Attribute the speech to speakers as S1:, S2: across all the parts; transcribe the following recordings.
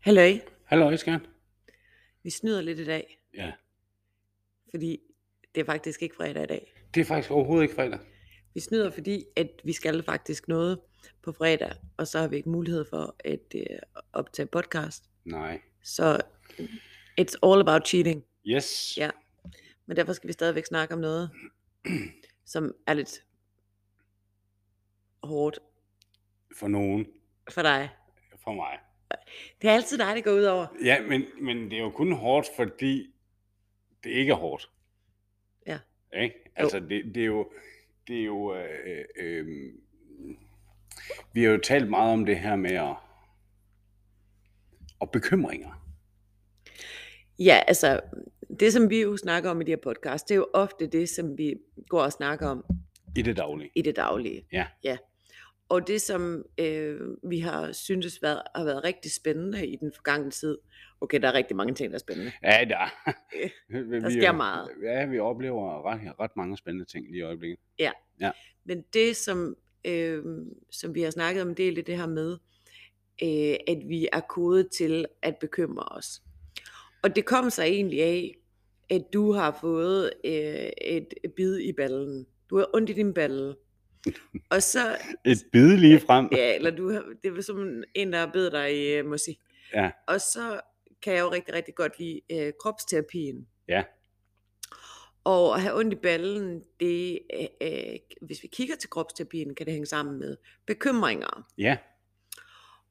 S1: Halløj,
S2: Halløj, skat.
S1: vi snyder lidt i dag,
S2: Ja,
S1: fordi det er faktisk ikke fredag i dag.
S2: det er faktisk overhovedet ikke fredag.
S1: Vi snyder, fordi at vi skal faktisk noget på fredag, og så har vi ikke mulighed for at øh, optage podcast.
S2: Nej.
S1: Så øh, it's all about cheating.
S2: Yes.
S1: Ja. Men derfor skal vi stadigvæk snakke om noget, som er lidt hårdt
S2: For nogen.
S1: for dig.
S2: For mig.
S1: Det er altid dig, det går ud over.
S2: Ja, men, men det er jo kun hårdt, fordi det ikke er hårdt.
S1: Ja.
S2: Ikke? Altså, det, det er jo... Det er jo øh, øh, vi har jo talt meget om det her med at, og bekymringer.
S1: Ja, altså, det som vi jo snakker om i de her podcast, det er jo ofte det, som vi går og snakker om
S2: I det daglige.
S1: i det daglige.
S2: Ja.
S1: ja. Og det, som øh, vi har syntes været, har været rigtig spændende i den forgangne tid. Okay, der er rigtig mange ting, der er spændende.
S2: Ja, der,
S1: Øh,
S2: vi
S1: der
S2: er
S1: sker
S2: jo-
S1: meget.
S2: Ja, vi oplever ret, ret mange spændende ting lige i øjeblikket.
S1: Men det, som, øh, som vi har snakket om en del, det er det her med, øh, at vi er kodet til at bekymre os. Og det kom sig egentlig af, at du har fået øh, et bid i ballen. Du har ondt i din balle. Og så,
S2: Et bid lige frem.
S1: Ja, eller du, har- det var som en, der bed dig i øh, musik.
S2: Ja.
S1: Og så kan jeg jo rigtig, rigtig godt lide øh, kropsterapien.
S2: Ja.
S1: Og at have ondt i ballen, det, øh, øh, hvis vi kigger til kropsterapien, kan det hænge sammen med bekymringer.
S2: ja.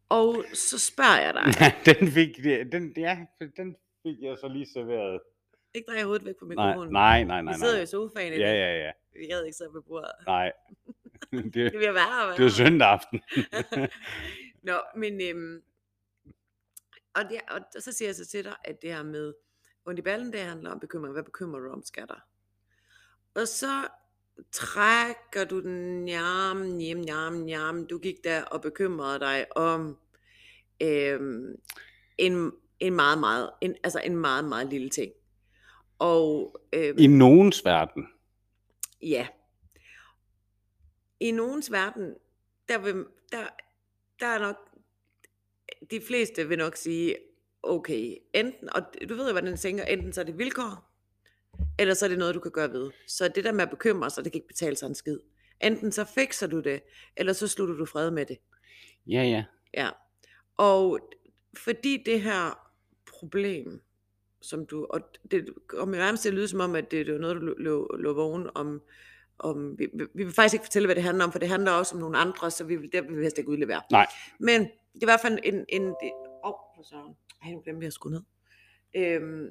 S1: Og så spørger jeg dig,
S2: Ja, den fik, den, ja, den fik jeg så lige serveret.
S1: ikke drejer hovedet væk på
S2: Nej,
S1: mikrofonen.
S2: nej, nej, nej.
S1: Vi sidder jo
S2: nej.
S1: i sofaen i
S2: Ja,
S1: dag.
S2: ja, ja.
S1: Vi havde ikke siddet ved bordet.
S2: Nej. Det,
S1: Det bliver værre og værre.
S2: det var søndag aften.
S1: Nå, men... Øhm, og, det, og så siger jeg så til dig, at det her med ondt i ballen, det handler om bekymring. Hvad bekymrer du om, skatter? Og så trækker du den, jam, jam, jam, jam. Du gik der og bekymrede dig om øhm, en, en meget, meget, en, altså en meget, meget lille ting. Og øhm,
S2: I nogens verden.
S1: Ja. I nogens verden, der, vil, der, der er nok, de fleste vil nok sige, okay, enten, og du ved jo, hvordan den tænker, enten så er det vilkår, eller så er det noget, du kan gøre ved. Så det der med at bekymre sig, det kan ikke betale sig en skid. Enten så fikser du det, eller så slutter du fred med det.
S2: Ja, ja.
S1: Ja. Og fordi det her problem, som du, og det kommer jo nærmest til at lyde som om, at det, det var noget, du lå, lå vågen om, om vi, vi- vi vil faktisk ikke fortælle, hvad det handler om, for det handler også om nogle andre, så vi vil, der vil vi helst ikke udlevere.
S2: Nej.
S1: Men det er i hvert fald en... en det, åh, for søren. Ej, nu glemte jeg at skrue ned. Øhm,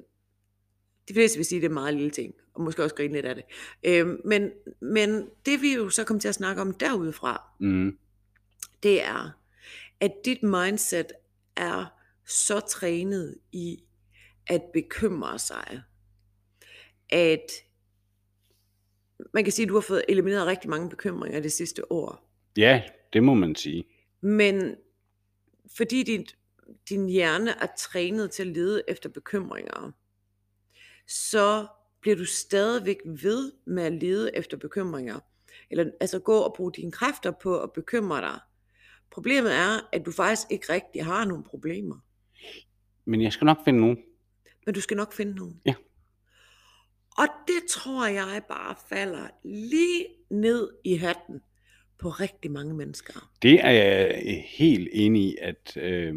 S1: de fleste vil sige, at det er en meget lille ting, og måske også grine lidt af det. Øhm, men, men det vi jo så kom til at snakke om derudefra,
S2: Mm.
S1: det er, at dit mindset er så trænet i at bekymre sig, at man kan sige, at du har fået elimineret rigtig mange bekymringer det sidste år.
S2: Ja, det må man sige.
S1: Men fordi din, din hjerne er trænet til at lede efter bekymringer, så bliver du stadigvæk ved med at lede efter bekymringer. Eller altså gå og bruge dine kræfter på at bekymre dig. Problemet er, at du faktisk ikke rigtig har nogen problemer.
S2: Men jeg skal nok finde nogen.
S1: Men du skal nok finde nogen.
S2: Ja.
S1: Og det tror jeg bare falder lige ned i hatten på rigtig mange mennesker.
S2: Det er jeg øh, helt enig i, at øh,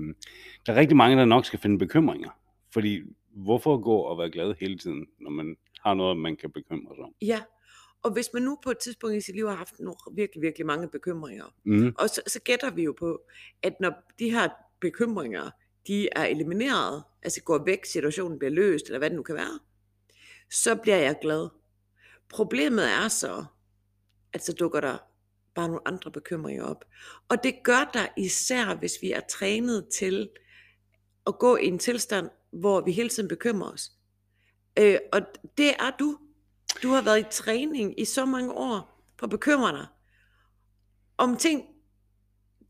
S2: der er rigtig mange, der nok skal finde bekymringer. Fordi hvorfor gå og være glad hele tiden, når man har noget, man kan bekymre sig om?
S1: Ja, og hvis man nu på et tidspunkt i sit liv har haft nogle virkelig, virkelig mange bekymringer,
S2: Mm.
S1: og så, så gætter vi jo på, at når de her bekymringer, de er elimineret, altså går væk, situationen bliver løst, eller hvad det nu kan være, så bliver jeg glad. Problemet er så, at så dukker der bare nogle andre bekymringer op. Og det gør der især, hvis vi er trænet til at gå i en tilstand, hvor vi hele tiden bekymrer os. Øh, og det er du. Du har været i træning i så mange år på at bekymre dig om ting,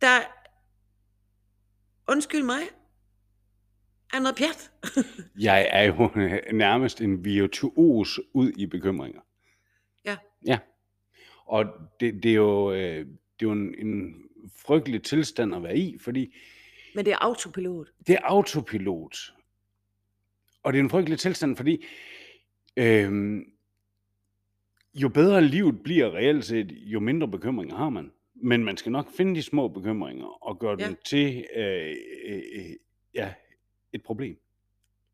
S1: der, undskyld mig, er noget pjat.
S2: Jeg er jo nærmest en virtuos ud i bekymringer.
S1: Ja.
S2: Ja. Og det, det er jo, øh, det er jo en, en frygtelig tilstand at være i, fordi
S1: Men det er autopilot.
S2: Det er autopilot. Og det er en frygtelig tilstand, fordi øhm, jo bedre livet bliver reelt set, jo mindre bekymringer har man. Men man skal nok finde de små bekymringer og gøre
S1: Ja.
S2: ja. dem til øh, øh, øh, ja, et problem.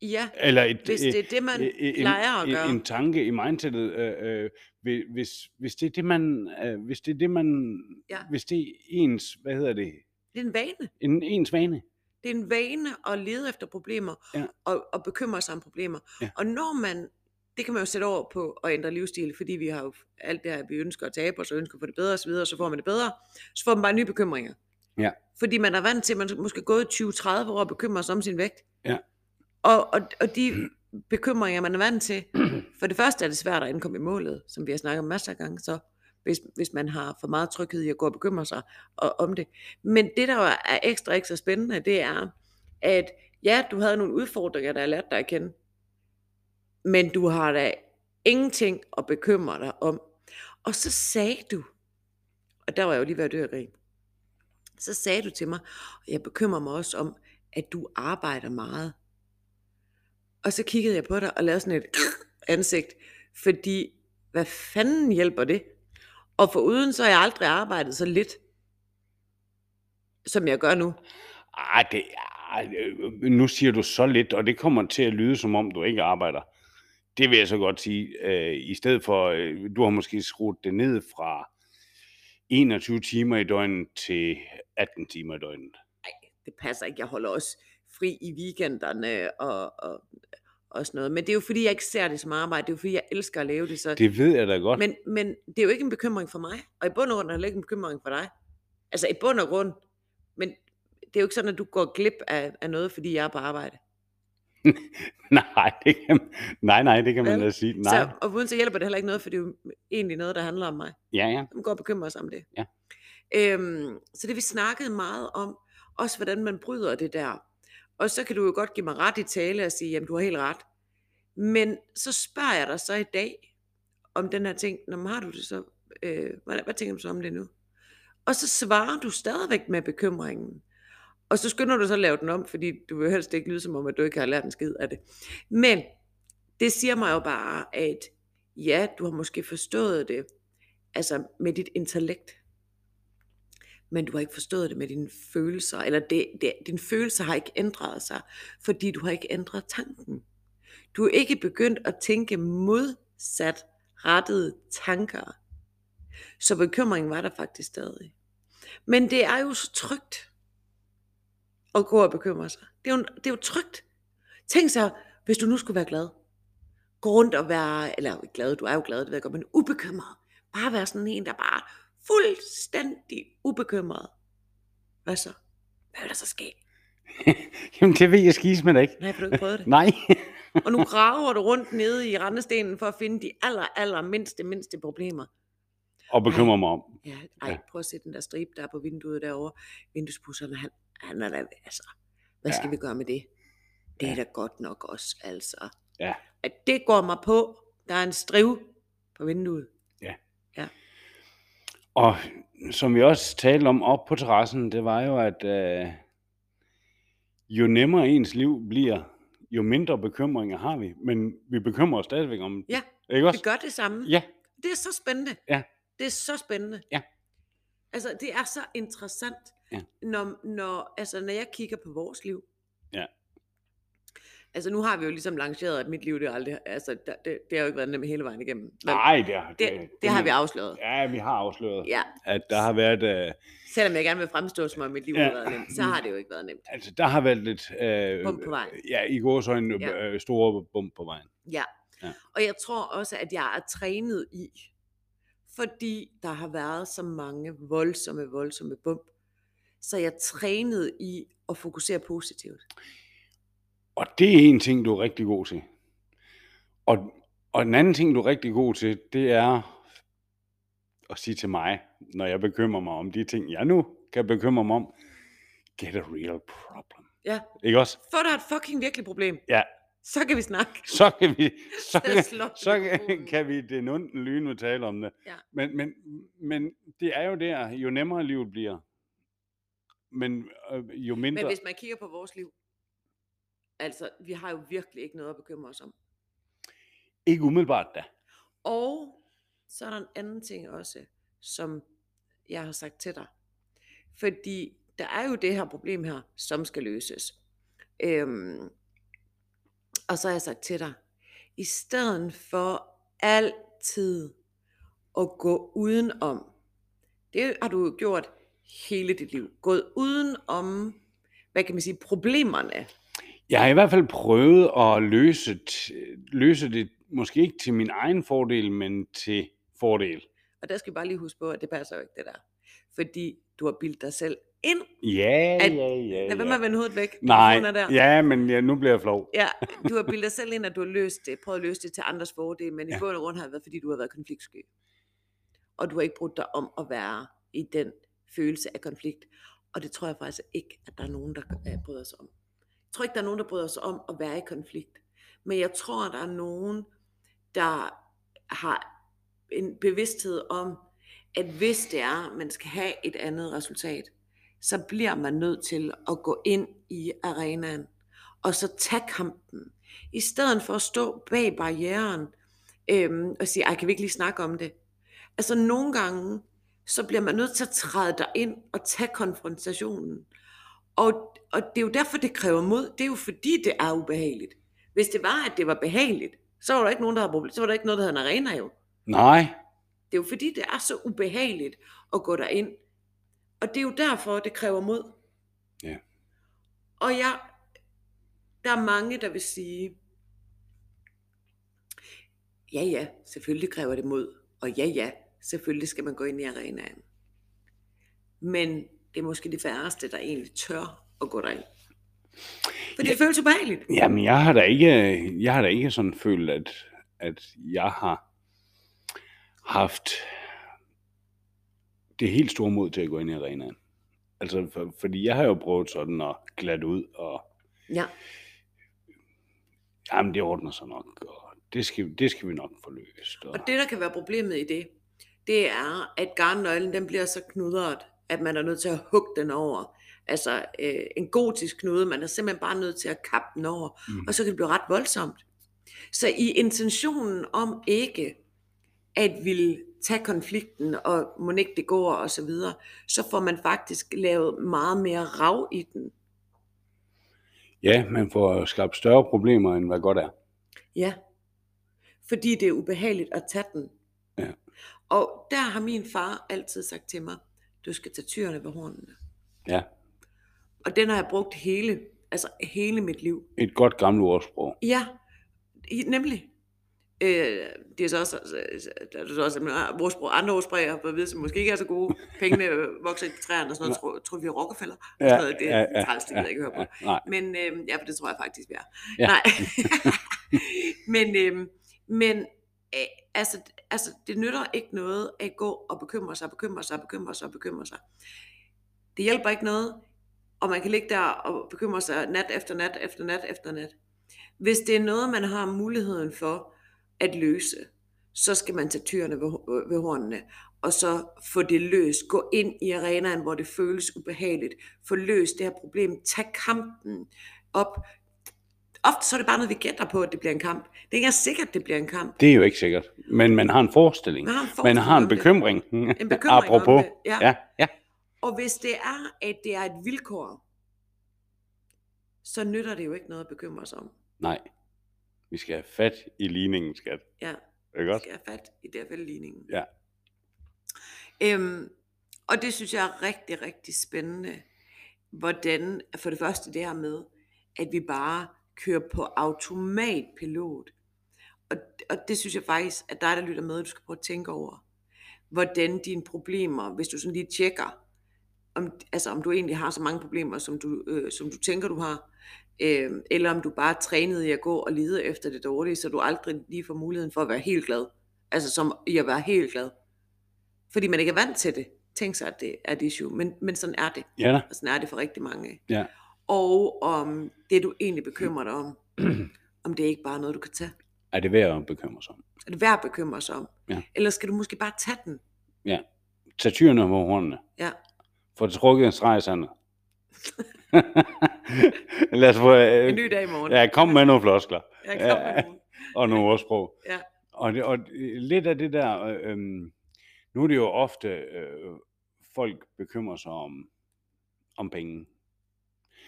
S1: Ja,
S2: Eller et,
S1: hvis det er det, man
S2: øh, øh,
S1: plejer at
S2: en,
S1: gøre.
S2: En, en tanke i mindsetet, øh, øh, hvi- hvis, hvis det er det, man... Øh, hvis det er det, man...
S1: Ja.
S2: Hvis det er ens... Hvad hedder det?
S1: Det er en vane.
S2: En, ens vane.
S1: Det er en vane at lede efter problemer
S2: Ja.
S1: og, og bekymre sig om problemer.
S2: Ja.
S1: Og når man, det kan man jo sætte over på at ændre livsstil, fordi vi har jo alt det her, vi ønsker at tabe os og ønsker at få det bedre osv., og så får man det bedre, så får man bare nye bekymringer.
S2: Ja.
S1: Fordi man er vant til, at man måske er gået 20-30 år og bekymrer sig om sin vægt.
S2: Ja.
S1: Og, og, og de bekymringer, man er vant til, for det første er det svært at ankomme i målet, som vi har snakket om masser af gange, så hvis, hvis man har for meget tryghed i at gå og bekymre sig og, om det. Men det, der jo er ekstra, ekstra spændende, det er, at ja, du havde nogle udfordringer, der har lært dig at kende, men du har da ingenting at bekymre dig om. Og så sagde du, og der var jeg jo lige ved at dø af grin, så sagde du til mig, og jeg bekymrer mig også om, at du arbejder meget. Og så kiggede jeg på dig og lavede sådan et ansigt, fordi hvad fanden hjælper det? Og for uden så har jeg aldrig arbejdet så lidt, som jeg gør nu.
S2: Ah, det, ah, øh, nu siger du så lidt, og det kommer til at lyde, som om du ikke arbejder. Det vil jeg så godt sige. Øh, I stedet for, øh, du har måske skruet det ned fra 21 timer i døgnet til 18 timer i døgnet.
S1: det passer ikke, jeg holder også fri i weekenderne og, og, og sådan noget. Men det er jo fordi, jeg ikke ser det som arbejde, det er jo fordi, jeg elsker at lave det. Så. det
S2: Det ved jeg da godt.
S1: men, men det er jo ikke en bekymring for mig, og i bund og grund er det heller ikke en bekymring for dig. Altså i bund og grund, men det er jo ikke sådan, at du går glip af, af noget, fordi jeg er på arbejde.
S2: Nej, det kan, nej, nej, det kan man
S1: Vel?
S2: da sige. Nej.
S1: Så, og uden så hjælper det heller ikke noget, for det er jo egentlig noget, der handler om mig.
S2: Ja, ja.
S1: som går og bekymrer sig om det.
S2: Ja.
S1: Øhm, så det vi snakkede meget om, også hvordan man bryder det der. Og så kan du jo godt give mig ret i tale og sige, jamen du har helt ret. Men så spørger jeg dig så i dag, om den her ting, når har du det så, øh, hvad, hvad tænker du så om det nu? Og så svarer du stadigvæk med bekymringen. Og så skynder du så at lave den om, fordi du vil jo helst ikke lyde som om, at du ikke har lært en skid af det. Men det siger mig jo bare, at ja, du har måske forstået det, altså med dit intellekt. Men du har ikke forstået det med dine følelser, eller det, det, dine følelser har ikke ændret sig, fordi du har ikke ændret tanken. Du er ikke begyndt at tænke modsat rettede tanker. Så bekymringen var der faktisk stadig. Men det er jo så trygt at gå og bekymre sig. Det er jo, det er jo trygt. Tænk så, hvis du nu skulle være glad. Gå rundt og være, eller glad, du er jo glad, det ved jeg godt, men ubekymret. Bare være sådan en, der bare er fuldstændig ubekymret. Hvad så? Hvad vil der så ske?
S2: Jamen, det ved jeg skis med ikke.
S1: Nej, for du har ikke prøvet det.
S2: Nej.
S1: Og nu graver du rundt nede i randestenen for at finde de aller, aller mindste, mindste problemer.
S2: Og bekymrer mig om.
S1: Ja, ej,
S2: Ja.
S1: prøv at se den der stribe, der er på vinduet derovre. Vinduespusserne, han, han er der, altså, hvad
S2: Ja.
S1: skal vi gøre med det? Det er da godt nok også, altså.
S2: Ja.
S1: At det går mig på, der er en striv på vinduet.
S2: Og som vi også talte om op på terrassen, det var jo, at øh, jo nemmere ens liv bliver, jo mindre bekymringer har vi. Men vi bekymrer os stadigvæk om det.
S1: Ja,
S2: Ikke
S1: Vi
S2: også?
S1: gør det samme.
S2: Ja,
S1: Det er så spændende.
S2: Ja.
S1: Det er så spændende.
S2: Ja.
S1: Altså, det er så interessant,
S2: Ja.
S1: når, når, altså, når jeg kigger på vores liv.
S2: Ja.
S1: Altså, nu har vi jo ligesom lanceret, at mit liv, det, er aldrig, altså, der, det, det har jo ikke været nemt hele vejen igennem. Men
S2: nej, det, har-
S1: det, det, det har vi
S2: afsløret.
S1: afsløret.
S2: Ja, vi har afsløret, ja.
S1: Ja,
S2: at der har været... Øh,
S1: selvom jeg gerne vil fremstå, som om mit liv
S2: Ja.
S1: har været nemt, så har det jo ikke været nemt.
S2: altså, der har været lidt... Øh,
S1: Bump på vejen.
S2: Ja, i går så en
S1: Ja.
S2: øh, store bump på vejen.
S1: Ja.
S2: Ja.
S1: Og jeg tror også, at jeg er trænet i, fordi der har været så mange voldsomme, voldsomme bump. Så jeg er trænet i at fokusere positivt.
S2: Og det er en ting, du er rigtig god til. Og, og en anden ting, du er rigtig god til, det er at sige til mig, når jeg bekymrer mig om de ting, jeg nu kan bekymre mig om, get a real problem.
S1: Ja.
S2: Ikke også?
S1: For der er et fucking virkelig problem.
S2: Ja.
S1: Så kan vi snakke.
S2: Så kan vi, så,
S1: Der
S2: kan,
S1: slår
S2: så kan,
S1: mikrofonen.
S2: kan vi den unden lyne tale om det.
S1: Ja.
S2: Men, men, men det er jo der, jo nemmere livet bliver, Men øh, jo mindre...
S1: Men hvis man kigger på vores liv, altså, vi har jo virkelig ikke noget at bekymre os om.
S2: Ikke umiddelbart da.
S1: Og så er der en anden ting også, som jeg har sagt til dig. Fordi der er jo det her problem her, som skal løses. Øhm, og så har jeg sagt til dig, i stedet for altid at gå udenom, det har du jo gjort hele dit liv, gået udenom, hvad kan man sige, problemerne.
S2: Jeg har i hvert fald prøvet at løse, t- løse det, måske ikke til min egen fordel, men til fordel.
S1: Og der skal vi bare lige huske på, at det passer jo ikke det der. Fordi du har bildt dig selv ind.
S2: Ja,
S1: At-
S2: ja, ja.
S1: Lad være med at
S2: ja.
S1: vende hovedet væk.
S2: Nej,
S1: Mikrofonen er der.
S2: ja, men ja, nu bliver jeg flov.
S1: Ja, du har bildet dig selv ind, at du har løst det, prøvet at løse det til andres fordel, men ja. i bund og grund har det været, fordi du har været konfliktsky. Og du har ikke brudt dig om at være i den følelse af konflikt. Og det tror jeg faktisk ikke, at der er nogen, der øh, bryder sig om. Jeg tror ikke, der er nogen, der bryder sig om at være i konflikt. Men jeg tror, der er nogen, der har en bevidsthed om, at hvis det er, man skal have et andet resultat, så bliver man nødt til at gå ind i arenaen og så tage kampen. I stedet for at stå bag barrieren øhm, og sige, ej, kan vi ikke lige snakke om det? Altså nogle gange, så bliver man nødt til at træde dig ind og tage konfrontationen. Og, og det er jo derfor, det kræver mod. Det er jo fordi, det er ubehageligt. Hvis det var, at det var behageligt, så var der ikke nogen, der havde problem. Så var der ikke noget, der havde en arena jo.
S2: Nej,
S1: Det er jo fordi, det er så ubehageligt at gå derind. Og det er jo derfor, det kræver mod.
S2: Ja.
S1: Og jeg, der er mange, der vil sige, ja ja, selvfølgelig kræver det mod. Og ja ja, selvfølgelig skal man gå ind i arenaen. Men det er måske de færreste, der egentlig tør at gå derind. For det føles ubehageligt.
S2: Jamen, jeg har da ikke, jeg har da ikke sådan følt, at, at jeg har haft det helt store mod til at gå ind i arenaen. Altså, for, fordi jeg har jo prøvet sådan at glatte ud, og
S1: Ja.
S2: jamen, det ordner sig nok, og det skal, det skal vi nok få løst. Og,
S1: Og det, der kan være problemet i det, det er, at garnnøglen den bliver så knudret, at man er nødt til at hugge den over. Altså øh, en gotisk knude, man er simpelthen bare nødt til at kappe den over,
S2: Mhm.
S1: mm. og så kan det blive ret voldsomt. Så i intentionen om ikke at ville tage konflikten, og må ikke det går, og så videre, så får man faktisk lavet meget mere rav i den.
S2: Ja, man får skabt større problemer, end hvad godt er.
S1: Ja. Fordi det er ubehageligt at tage den.
S2: Ja.
S1: Og der har min far altid sagt til mig, du skal tage tyrene ved hornene.
S2: Ja,
S1: Og den har jeg brugt hele, altså hele mit liv.
S2: et godt gammelt ordsprog.
S1: Ja, i- nemlig. Øh, det er så også, altså, der er så også andre ordsprog, andre ordsprog, jeg har fået at vide, som måske ikke er så gode. Pengene øh, vokser ikke på træerne og sådan noget, tror, tror vi er Rockefeller. Ja, sådan noget, det er ja, træls, det gider jeg ikke høre på.
S2: ja, nej.
S1: Men øh, ja, for det tror jeg faktisk, vi er.
S2: Ja.
S1: Ja. Nej. men øh, men øh, altså, altså, det nytter ikke noget at gå og bekymre sig, bekymre sig, bekymre sig, bekymre sig. Det hjælper ikke noget, og man kan ligge der og bekymre sig nat efter nat efter nat efter nat. Hvis det er noget, man har muligheden for at løse, så skal man tage tyrene ved, ho- ved hornene, og så få det løst. Gå ind i arenaen, hvor det føles ubehageligt. Få løst det her problem. Tag kampen op. Ofte så er det bare noget, vi gætter på, at det bliver en kamp. Det er ikke engang sikkert, at det bliver en kamp.
S2: Det er jo ikke sikkert. Men man har en forestilling.
S1: Man har en,
S2: Man
S1: forestilling
S2: har en
S1: om det.
S2: bekymring.
S1: En bekymring
S2: Apropos.
S1: Om det. Ja.
S2: Ja, ja.
S1: Og hvis det er, at det er et vilkår, så nytter det jo ikke noget at bekymre sig om.
S2: Nej. Vi skal have fat i ligningen, skat.
S1: Ja.
S2: Ikke også?
S1: skal have fat i det her ligningen.
S2: Ja.
S1: Øhm, og det synes jeg er rigtig, rigtig spændende, hvordan, for det første det her med, at vi bare kører på automatpilot. Og, og det synes jeg faktisk, at dig, der lytter med, du skal prøve at tænke over, hvordan dine problemer, hvis du sådan lige tjekker, om, altså om du egentlig har så mange problemer, som du, øh, som du tænker, du har, øh, eller om du bare er trænet i at gå og lede efter det dårlige, så du aldrig lige får muligheden for at være helt glad. Altså som i at være helt glad. Fordi man ikke er vant til det. Tænk sig, at det er et issue, men, men sådan er det.
S2: Ja da.
S1: Og sådan er det for rigtig mange.
S2: Ja.
S1: Og om det, du egentlig bekymrer dig om, om det ikke bare er noget, du kan tage.
S2: Er det værd at bekymre sig om?
S1: Er det værd at bekymre sig om?
S2: Ja.
S1: Eller skal du måske bare tage den?
S2: Tag tyrene på hornene.
S1: Ja.
S2: Få trukket en streg i sandet. Lad os få...
S1: En
S2: Øh,
S1: ny dag i morgen.
S2: ja, kom med nogle floskler
S1: jeg kom med nogen.
S2: og nogle ordsprog.
S1: Ja.
S2: Og, det, og øh, lidt af det der... Øh, øhm, nu er det jo ofte, øh, folk bekymrer sig om, om penge.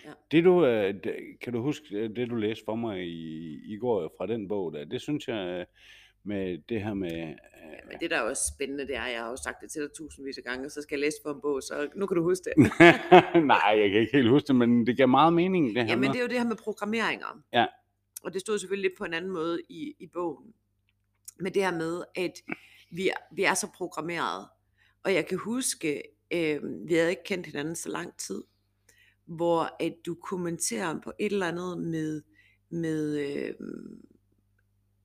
S1: Ja.
S2: Det du, øh, d- kan du huske øh, det, du læste for mig i, i går fra den bog der? Det synes jeg øh, med det her med... Øh,
S1: Men det, der er også spændende, det er, jeg har jo sagt det til dig tusindvis af gange, og så skal jeg læse for en bog, så nu kan du huske det.
S2: Nej, jeg kan ikke helt huske det, men det gav meget mening, det her
S1: Jamen,
S2: med.
S1: det er jo det her med programmeringer.
S2: Ja.
S1: Og det stod selvfølgelig lidt på en anden måde i, i bogen. Men det her med, at vi, er- vi er så programmeret. Og jeg kan huske, øh, vi havde ikke kendt hinanden så lang tid, hvor at du kommenterer på et eller andet med, med øh,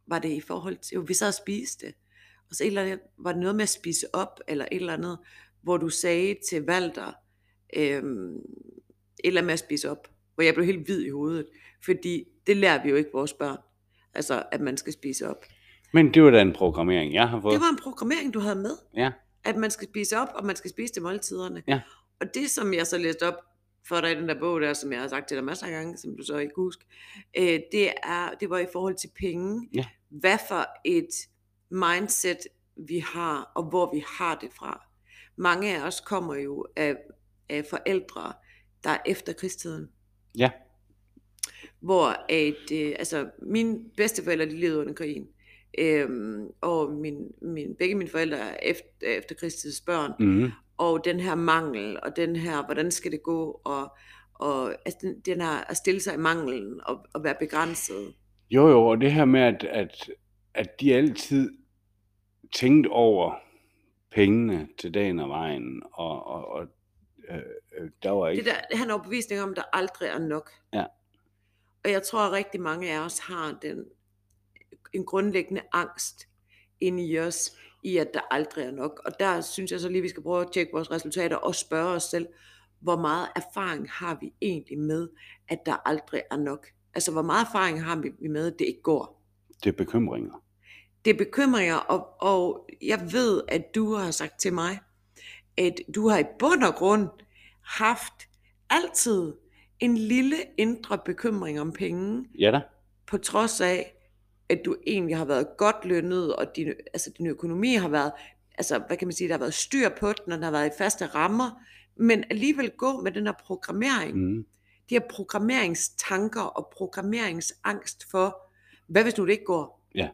S1: var det i forhold til, jo, vi sad og spiste, og så et eller andet, var det noget med at spise op, eller et eller andet, hvor du sagde til Valter, øh, et eller andet med at spise op, hvor jeg blev helt hvid i hovedet, fordi det lærer vi jo ikke vores børn, altså at man skal spise op.
S2: Men det var da en programmering, jeg har fået.
S1: Det var en programmering, du havde med.
S2: Ja.
S1: At man skal spise op, og man skal spise til måltiderne.
S2: Ja.
S1: Og det, som jeg så læste op for dig i den der bog der, som jeg har sagt til dig masser af gange, som du så ikke husker, øh, det, er, det var i forhold til penge.
S2: Ja.
S1: Hvad for et mindset vi har, og hvor vi har det fra. Mange af os kommer jo af, af forældre, der er efter krigstiden.
S2: Ja.
S1: Hvor at, øh, altså, mine bedsteforældre, de levede under krigen. Øhm, og min, min, begge mine forældre er efter, efter krigstids børn.
S2: Mm-hmm.
S1: Og den her mangel, og den her, hvordan skal det gå, og, og altså, den, den her at stille sig i manglen, og, og være begrænset.
S2: Jo, jo, og det her med, at, at, at de altid tænkte over pengene til dagen og vejen, og, og, og øh, øh, der var ikke...
S1: Det der, han har overbevisning om, der aldrig er nok.
S2: Ja.
S1: Og jeg tror, at rigtig mange af os har den, en grundlæggende angst inde i os, i at der aldrig er nok. Og der synes jeg så lige, vi skal prøve at tjekke vores resultater og spørge os selv, hvor meget erfaring har vi egentlig med, at der aldrig er nok? Altså, hvor meget erfaring har vi med, at det ikke går?
S2: Det er bekymringer.
S1: det er bekymringer, og, og jeg ved, at du har sagt til mig, at du har i bund og grund haft altid en lille indre bekymring om penge,
S2: Ja da.
S1: på trods af, at du egentlig har været godt lønnet, og din, altså din økonomi har været, altså hvad kan man sige, der har været styr på den, og den har været i faste rammer, men alligevel gå med den her programmering,
S2: Mm.
S1: de her programmeringstanker og programmeringsangst for, hvad hvis nu det ikke går?
S2: Ja.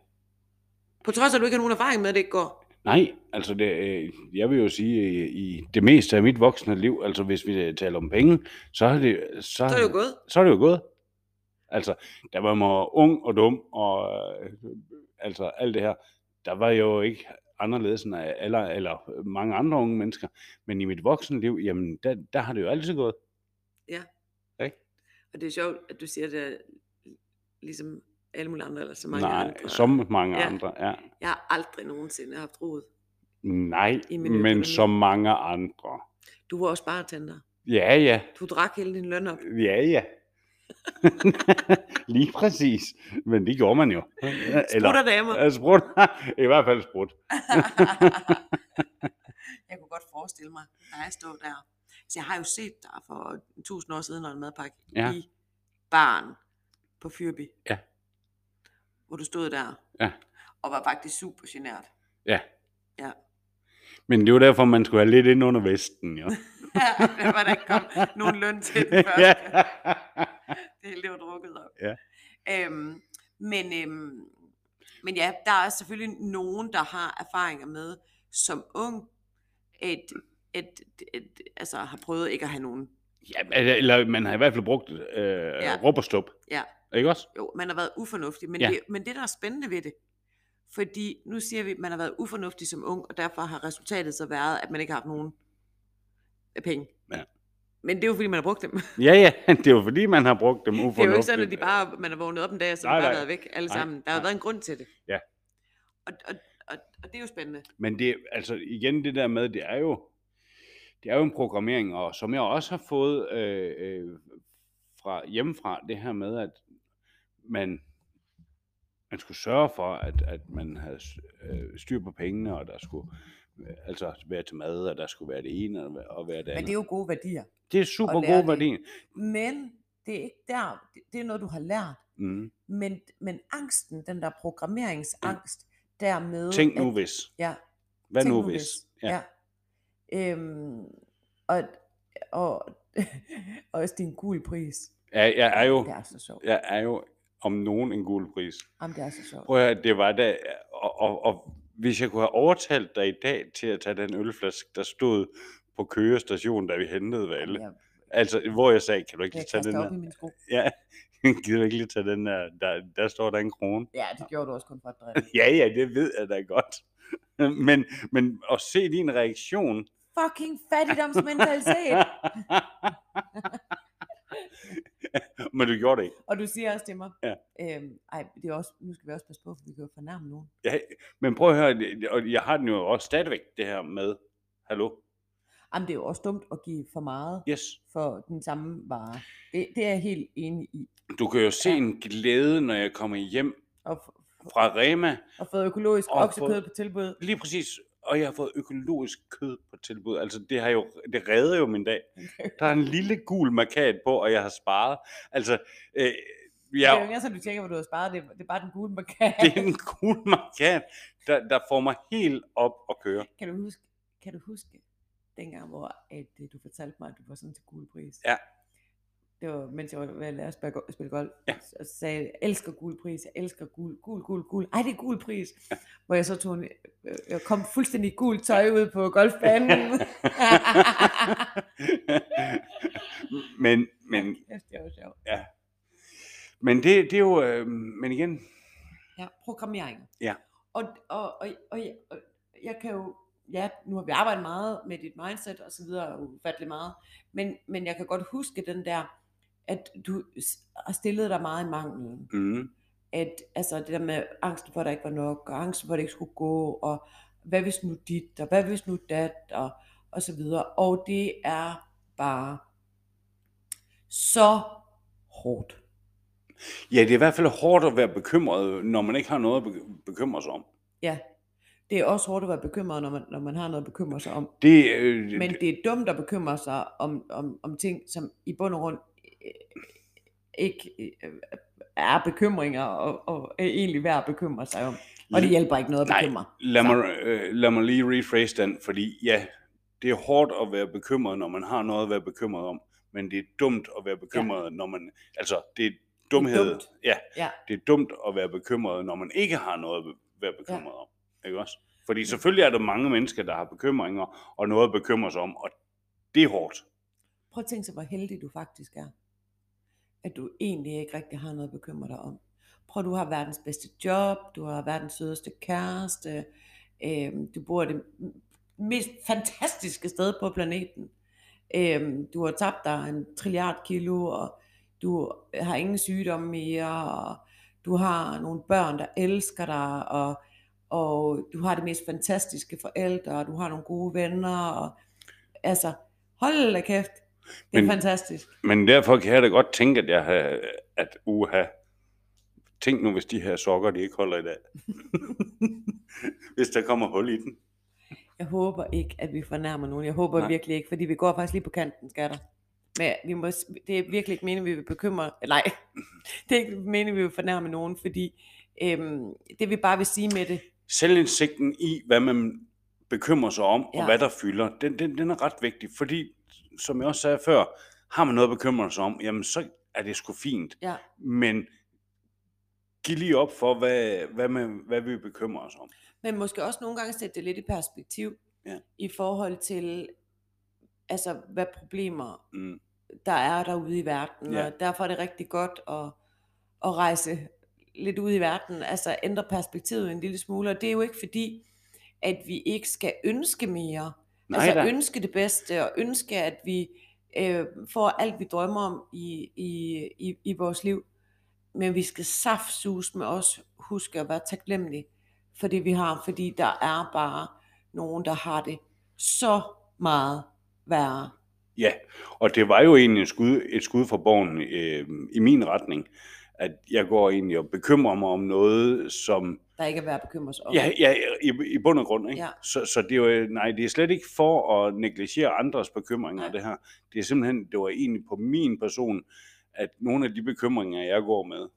S1: På trods af, at du ikke har nogen erfaring med, at det ikke går.
S2: Nej, altså det, øh, jeg vil jo sige, øh, i det meste af mit voksne liv, altså hvis vi øh, taler om penge, så er det, så,
S1: Så er det jo gået.
S2: så er det jo gået. Altså, der var man ung og dum, og øh, altså alt det her, der var jeg jo ikke anderledes end alle, eller mange andre unge mennesker. Men i mit voksenliv, jamen, der, der har det jo altid gået.
S1: Og det er sjovt, at du siger det ligesom alle mulige andre, eller så mange
S2: Nej,
S1: andre.
S2: som mange
S1: Ja.
S2: ja. andre, ja.
S1: Jeg har aldrig nogensinde haft rod.
S2: Nej,
S1: I min økonomi.
S2: men som mange andre.
S1: Du var også bartender.
S2: Ja, ja.
S1: Du drak hele din løn op.
S2: Ja, ja. Lige præcis. Men det gjorde man jo.
S1: Sprutter damer.
S2: Ja, Sprut. I hvert fald sprut.
S1: jeg kunne godt forestille mig, dig stå der. Så jeg har jo set dig for tusind år siden, når en madpakke
S2: Ja.
S1: i barn på Fyrby.
S2: Ja.
S1: Hvor du stod der.
S2: Ja.
S1: Og var faktisk super genert.
S2: Ja.
S1: Ja.
S2: Men det var derfor, man skulle have lidt ind under vesten, jo.
S1: det var der ikke kom nogen løn til den første.
S2: ja.
S1: Det hele det var drukket op.
S2: Ja.
S1: Øhm, men, øhm, men ja, der er selvfølgelig nogen, der har erfaringer med som ung, at, at, at, altså har prøvet ikke at have nogen.
S2: ja, eller- eller man har i hvert fald brugt øh,
S1: Ja.
S2: ja. rubberstup.
S1: Ja.
S2: Ikke også?
S1: Jo, man har været ufornuftig, men, ja.
S2: Ja.
S1: det, men det, der er spændende ved det, fordi nu siger vi, at man har været ufornuftig som ung, og derfor har resultatet så været, at man ikke har haft nogen øh, penge.
S2: Ja.
S1: Men det er jo, fordi man har brugt dem.
S2: Ja, ja. Det var fordi, man har brugt dem ufornuftigt.
S1: Det er jo ikke sådan, at de bare, man har vågnet op en dag, og så har de
S2: Nej,
S1: bare
S2: nej.
S1: været væk alle
S2: Nej,
S1: sammen. Der har jo
S2: nej.
S1: været en grund til det.
S2: Ja.
S1: Og, og, og, og det er jo spændende.
S2: Men det, altså igen det der med, det er jo, det er jo en programmering, og som jeg også har fået øh, øh, fra hjemmefra, det her med, at man, man skulle sørge for, at, at man havde øh, styr på pengene, og der skulle altså være til mad, og der skulle være det ene, og være- og være det
S1: Men
S2: andet.
S1: det er jo gode værdier.
S2: Det er super
S1: at lære
S2: gode
S1: det.
S2: værdier.
S1: Men det er ikke der, det- det er noget, du har lært.
S2: Mm.
S1: Men, men angsten, den der programmeringsangst, dermed...
S2: Tænk Mm. nu
S1: at-
S2: hvis.
S1: Ja,
S2: Hvad
S1: Tænk
S2: nu hvis? Ja.
S1: ja. Øhm, og, og også din gul pris.
S2: Ja, jeg er jo,
S1: Det er så sjovt.
S2: jeg er jo om nogen en gul pris.
S1: Jamen, det er så sjovt.
S2: Prøv at høre, det var da, og, og, og hvis jeg kunne have overtalt dig i dag til at tage den ølflaske, der stod på Køge station, da vi hentede Valle.
S1: Jamen, Jeg,
S2: Altså, hvor jeg sagde, kan du ikke
S1: jeg
S2: lige tage den
S1: kaster op i
S2: der?
S1: min sko.
S2: Ja, kan du ikke lige tage den der? Der, der står der en krone.
S1: Ja, det gjorde du også kun for at drille.
S2: Ja, ja, det ved jeg da godt. Men, men at se din reaktion.
S1: Fucking fattigdomsmentalitet!
S2: men du gjorde det ikke.
S1: og du siger også til mig,
S2: Ja.
S1: øhm, ej, det er også, nu skal vi også passe på, for vi kan jo fornærme nogen.
S2: Ja, men prøv at høre, det- og jeg har den jo også stadigvæk, det her med, hallo,
S1: Jamen, det er jo også dumt at give for meget
S2: yes.
S1: for den samme vare. Det, det er jeg helt enig i.
S2: Du kan jo se
S1: Ja.
S2: en glæde, når jeg kommer hjem
S1: Og, f-
S2: fra Rema.
S1: og fået økologisk
S2: Og
S1: oksekød
S2: fået-
S1: på tilbud.
S2: Lige præcis, og jeg har fået økologisk kød på tilbud. Altså, det, har jo, det redder jo min dag. Der er en lille gul markat på, og jeg har sparet. Altså, øh,
S1: Ja. Det er jo
S2: jeg,
S1: ikke engang, sådan, du tænker, hvor du har sparet. Det er, det er bare den gule markat.
S2: det er en gul markat, der, der får mig helt op at køre.
S1: Kan du huske, kan du huske dengang, hvor at, øh, du fortalte mig, at du var sådan til gul pris?
S2: Ja.
S1: Det var, mens jeg var ved at lære at spille, go- spille golf. Ja. Og så sagde jeg, jeg elsker gul pris, jeg elsker gul, gul, gul, gul. Ej, det er gul pris. Ja. Hvor jeg så tog en, øh, jeg kom fuldstændig i gul tøj ud på golfbanen.
S2: men, men,
S1: Kæft, det var sjovt.
S2: men det, det er jo, øh, men igen,
S1: Ja, programmering.
S2: Ja.
S1: Og, og, og, og, jeg- og jeg kan jo, ja, nu har vi arbejdet meget med dit mindset og så videre, og ufattelig meget, men, men jeg kan godt huske den der, at du s- har stillet dig meget i manglen.
S2: mm,
S1: At, altså det der med angsten for, at der ikke var nok, og angsten for, at det ikke skulle gå, og hvad hvis nu dit, og hvad hvis nu dat, og, og så videre. Og det er bare så hårdt.
S2: Ja, det er i hvert fald hårdt at være bekymret, når man ikke har noget at bek- bekymre sig om.
S1: Ja, det er også hårdt at være bekymret, når man, når man har noget at bekymre sig om.
S2: Det, øh,
S1: Men
S2: det-
S1: det er dumt at bekymre sig om, om, om ting, som i bund og grund øh, ikke øh, er bekymringer, og, og er egentlig værd at bekymre sig om. Og det hjælper ikke noget at
S2: Nej.
S1: bekymre.
S2: lad, mig, øh, lad mig lige rephrase den, fordi ja, det er hårdt at være bekymret, når man har noget at være bekymret om, men det er dumt at være bekymret, ja. når man... Altså, det er dumhed.
S1: dumt.
S2: Ja,
S1: Ja.
S2: det er dumt at være bekymret, når man ikke har noget at be- være bekymret ja. om. Ikke også? Fordi selvfølgelig er der mange mennesker, der har bekymringer, og noget at bekymre sig om, og det er hårdt.
S1: Prøv at tænke sig, hvor heldig du faktisk er. At du egentlig ikke rigtig har noget at bekymre dig om. Prøv, du har verdens bedste job, du har verdens sødeste kæreste, øh, du bor det m- mest fantastiske sted på planeten. Øh, du har tabt dig en trilliard kilo, og du har ingen sygdomme mere, og du har nogle børn, der elsker dig, og, og du har det mest fantastiske forældre, og du har nogle gode venner, og altså, hold da kæft, det er
S2: Men-
S1: Men... fantastisk.
S2: Men derfor kan jeg da godt tænke, at jeg har, at uha, tænk nu, hvis de her sokker, de ikke holder i dag. hvis der kommer hul i den.
S1: Jeg håber ikke, at vi fornærmer nogen. Jeg håber Nej.
S2: Nej.
S1: virkelig ikke, fordi vi går faktisk lige på kanten, skatter. Men vi må, s- det er virkelig ikke meningen, vi vil bekymre... Nej, det er ikke meningen, vi vil fornærme nogen, fordi øhm, det vi bare vil sige med det,
S2: Selvindsigten i, hvad man bekymrer sig om, ja. og
S1: Ja.
S2: hvad der fylder, den, den, den er ret vigtig, fordi, som jeg også sagde før, har man noget at bekymre sig om, jamen så er det sgu fint,
S1: ja,
S2: men giv lige op for, hvad, hvad, man, hvad vi bekymrer os om.
S1: Men måske også nogle gange sætte det lidt i perspektiv
S2: Ja.
S1: i forhold til, altså hvad problemer
S2: Mm.
S1: der er derude i verden.
S2: Ja.
S1: Og derfor er det rigtig godt at, at rejse lidt ud i verden, altså ændre perspektivet en lille smule. Og det er jo ikke fordi, at vi ikke skal ønske mere.
S2: Nej
S1: altså
S2: da.
S1: ønske det bedste og ønske, at vi øh, får alt, vi drømmer om i, i, i, i vores liv. Men vi skal saftsus med os huske at være taknemmelige for det, vi har. Fordi der er bare nogen, der har det så meget værre.
S2: Ja, og det var jo egentlig et skud, et skud fra borgen øh, i min retning. at jeg går egentlig og bekymrer mig om noget, som...
S1: Der er ikke at være bekymret sig om.
S2: Ja, ja i, i bund og grund, ikke?
S1: Ja.
S2: Så, så det er jo, nej, det er slet ikke for at negligere andres bekymringer,
S1: Nej.
S2: det her. Det er simpelthen, det var egentlig på min person, at nogle af de bekymringer, jeg går med,
S1: Det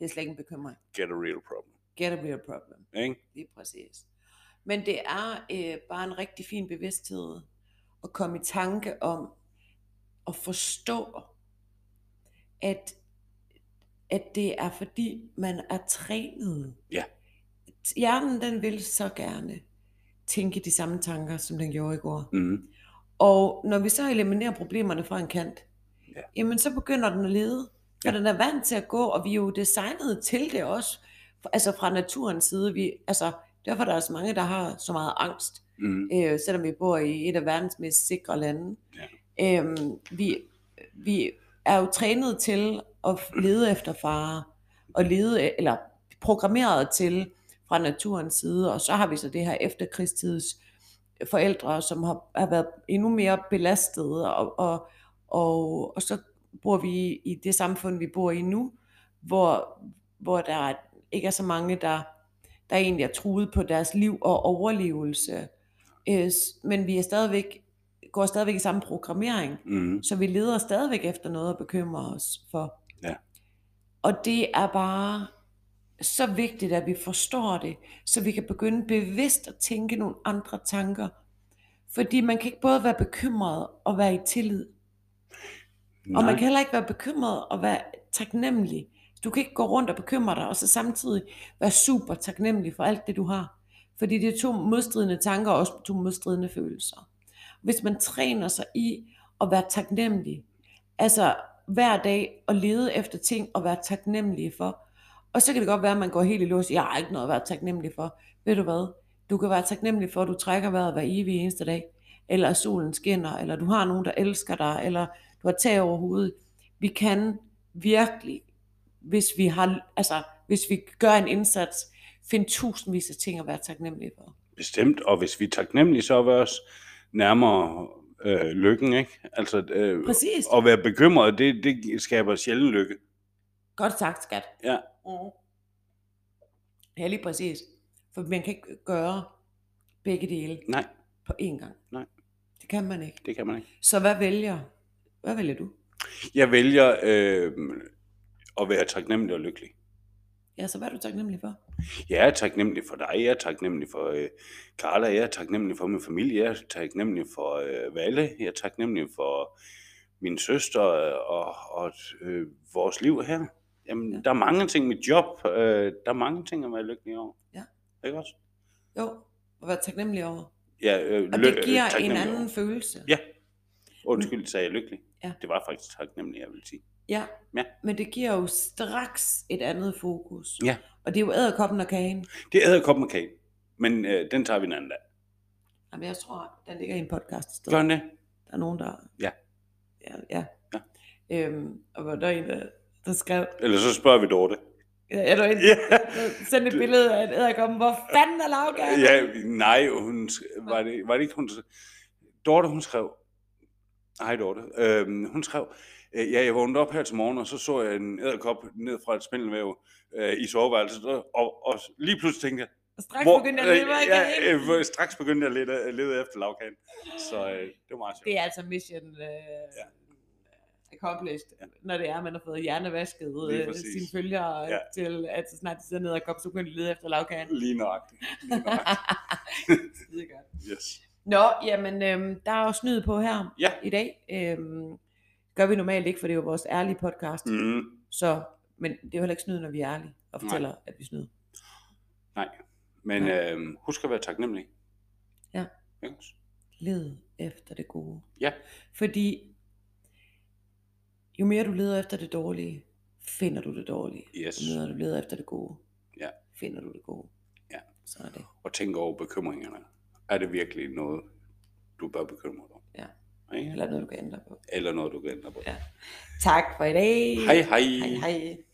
S1: er slet ikke en bekymring.
S2: get a real problem,
S1: Get a real problem.
S2: ikke?
S1: Lige præcis. Men det er øh, bare en rigtig fin bevidsthed at komme i tanke om at forstå, at, at det er fordi, man er trænet.
S2: Ja.
S1: Hjernen, den vil så gerne tænke de samme tanker, som den gjorde i går.
S2: Mm.
S1: Og når vi så eliminerer problemerne fra en kant,
S2: Ja.
S1: ja. jamen så begynder den at lede. For
S2: Ja.
S1: ja. den er vant til at gå, og vi er jo designet til det også. Altså fra naturens side. Vi, altså, derfor er der også mange, der har så meget angst,
S2: Mm.
S1: øh, selvom vi bor i et af verdens mest sikre lande.
S2: Ja.
S1: Øhm, vi, vi er jo trænet til at lede efter fare, og lede, eller programmeret til fra naturens side, og så har vi så det her efterkrigstids forældre, som har, har været endnu mere belastede, og, og, og, og så bor vi i det samfund, vi bor i nu, hvor, hvor der ikke er så mange, der, der egentlig er truet på deres liv og overlevelse. Øh, s- Men vi er stadigvæk, går stadigvæk i samme programmering,
S2: Mm.
S1: så vi leder stadigvæk efter noget at bekymre os for.
S2: Ja.
S1: Og det er bare så vigtigt, at vi forstår det, så vi kan begynde bevidst at tænke nogle andre tanker. Fordi man kan ikke både være bekymret og være i tillid. Og man kan heller ikke være bekymret og være taknemmelig. Du kan ikke gå rundt og bekymre dig, og så samtidig være super taknemmelig for alt det, du har. Fordi det er to modstridende tanker, og også to modstridende følelser. Hvis man træner sig i at være taknemmelig, altså hver dag at lede efter ting og være taknemmelig for, og så kan det godt være, at man går helt i lås, jeg har ikke noget at være taknemmelig for. Ved du hvad? Du kan være taknemmelig for, at du trækker vejret hver evig eneste dag, eller at solen skinner, eller du har nogen, der elsker dig, eller du har tag over hovedet. Vi kan virkelig, hvis vi, har, altså, hvis vi gør en indsats, finde tusindvis af ting at være taknemmelige for.
S2: Bestemt, og hvis vi er taknemmelige, så er vi også nærmere øh, lykken, ikke? Altså, øh,
S1: Præcis.
S2: at være bekymret, det, det skaber sjældent lykke.
S1: Godt sagt, skat.
S2: Ja.
S1: Mm. Ja, lige præcis. For man kan ikke gøre begge dele
S2: Nej,
S1: på én gang.
S2: Nej.
S1: Det kan man ikke.
S2: det kan man ikke.
S1: Så hvad vælger, hvad vælger du?
S2: Jeg vælger øh, at være taknemmelig og lykkelig.
S1: Ja, så hvad er du taknemmelig for?
S2: Jeg er taknemmelig for dig, jeg er taknemmelig for øh, Carla, jeg er taknemmelig for min familie, jeg er taknemmelig for øh, Valle, jeg er taknemmelig for min søster og, og øh, vores liv her. Jamen, ja.
S1: Ja.
S2: der er mange ting, mit job, øh, der er mange ting at være lykkelig over.
S1: Ja.
S2: Ikke også?
S1: Jo, at være taknemmelig over.
S2: Ja, øh,
S1: Og
S2: lø-
S1: det
S2: øh,
S1: giver en
S2: taknemmelig
S1: anden
S2: over.
S1: følelse.
S2: Ja. Undskyld, sagde jeg lykkelig.
S1: Ja.
S2: Det var faktisk taknemmelig, jeg ville sige.
S1: Ja.
S2: Ja.
S1: Men det giver jo straks et andet fokus.
S2: Ja.
S1: Og det er jo æderkoppen og kagen.
S2: Det er æderkoppen og kagen, men øh, den tager vi en anden dag.
S1: Jamen, jeg tror, den ligger i en podcast et sted.
S2: Gør den det?
S1: Der er nogen, der...
S2: Ja.
S1: Ja. ja.
S2: Ja.
S1: Øhm, og hvor der er en, der, der skrev...
S2: Eller så spørger vi Dorte.
S1: Ja, er der en,
S2: Ja.
S1: der sendte et billede af en æderkoppe. Hvor fanden er lavgaden?
S2: Ja, nej, hun, sk- var, det, var det ikke hun? Dorte, hun skrev, hej Dorte, øhm, hun skrev, øh, ja, jeg vågnede op her til morgen, og så så jeg en æderkop ned fra et spindelvæv øh, i soveværelset, og, og, og lige pludselig tænkte jeg,
S1: Og straks begyndte jeg at lede mig
S2: ja, øh,
S1: igen.
S2: hvor- straks begyndte jeg at lede, lede efter lavkagen, så øh, det var meget sjovt.
S1: Det er altså mission øh, ja. accomplished, ja. når det er, at man har fået hjernevasket
S2: Lige
S1: øh,
S2: præcis.
S1: sine følgere
S2: Ja.
S1: ja. til, at så snart de sidder ned og kommer, så kan de lede efter lavkagen.
S2: Lige nøjagtigt. Lige nøjagtigt.
S1: Skide godt.
S2: Yes.
S1: Nå, jamen, øhm, der er jo snyd på her
S2: Ja.
S1: i dag. Øhm, gør vi normalt ikke, for det er jo vores ærlige podcast. Mm.
S2: Mm,
S1: Så, men det er jo heller ikke snyd, når vi er ærlige og fortæller, Nej. at vi snyder.
S2: men
S1: Ja.
S2: øh, husk at være taknemmelig.
S1: Ja.
S2: Ikke også?
S1: Led efter det gode.
S2: Ja.
S1: Fordi jo mere du leder efter det dårlige, finder du det dårlige.
S2: Yes.
S1: Jo mere du leder efter det gode,
S2: Ja.
S1: finder du det gode.
S2: Ja.
S1: Så er det.
S2: og tænke over bekymringerne. Er det virkelig noget, du bør bekymre dig om?
S1: Ja.
S2: Ikke?
S1: Eller noget, du kan ændre på.
S2: Eller noget, du kan ændre på?
S1: Ja. Tak for i dag.
S2: Hej hej!
S1: Hej, hej.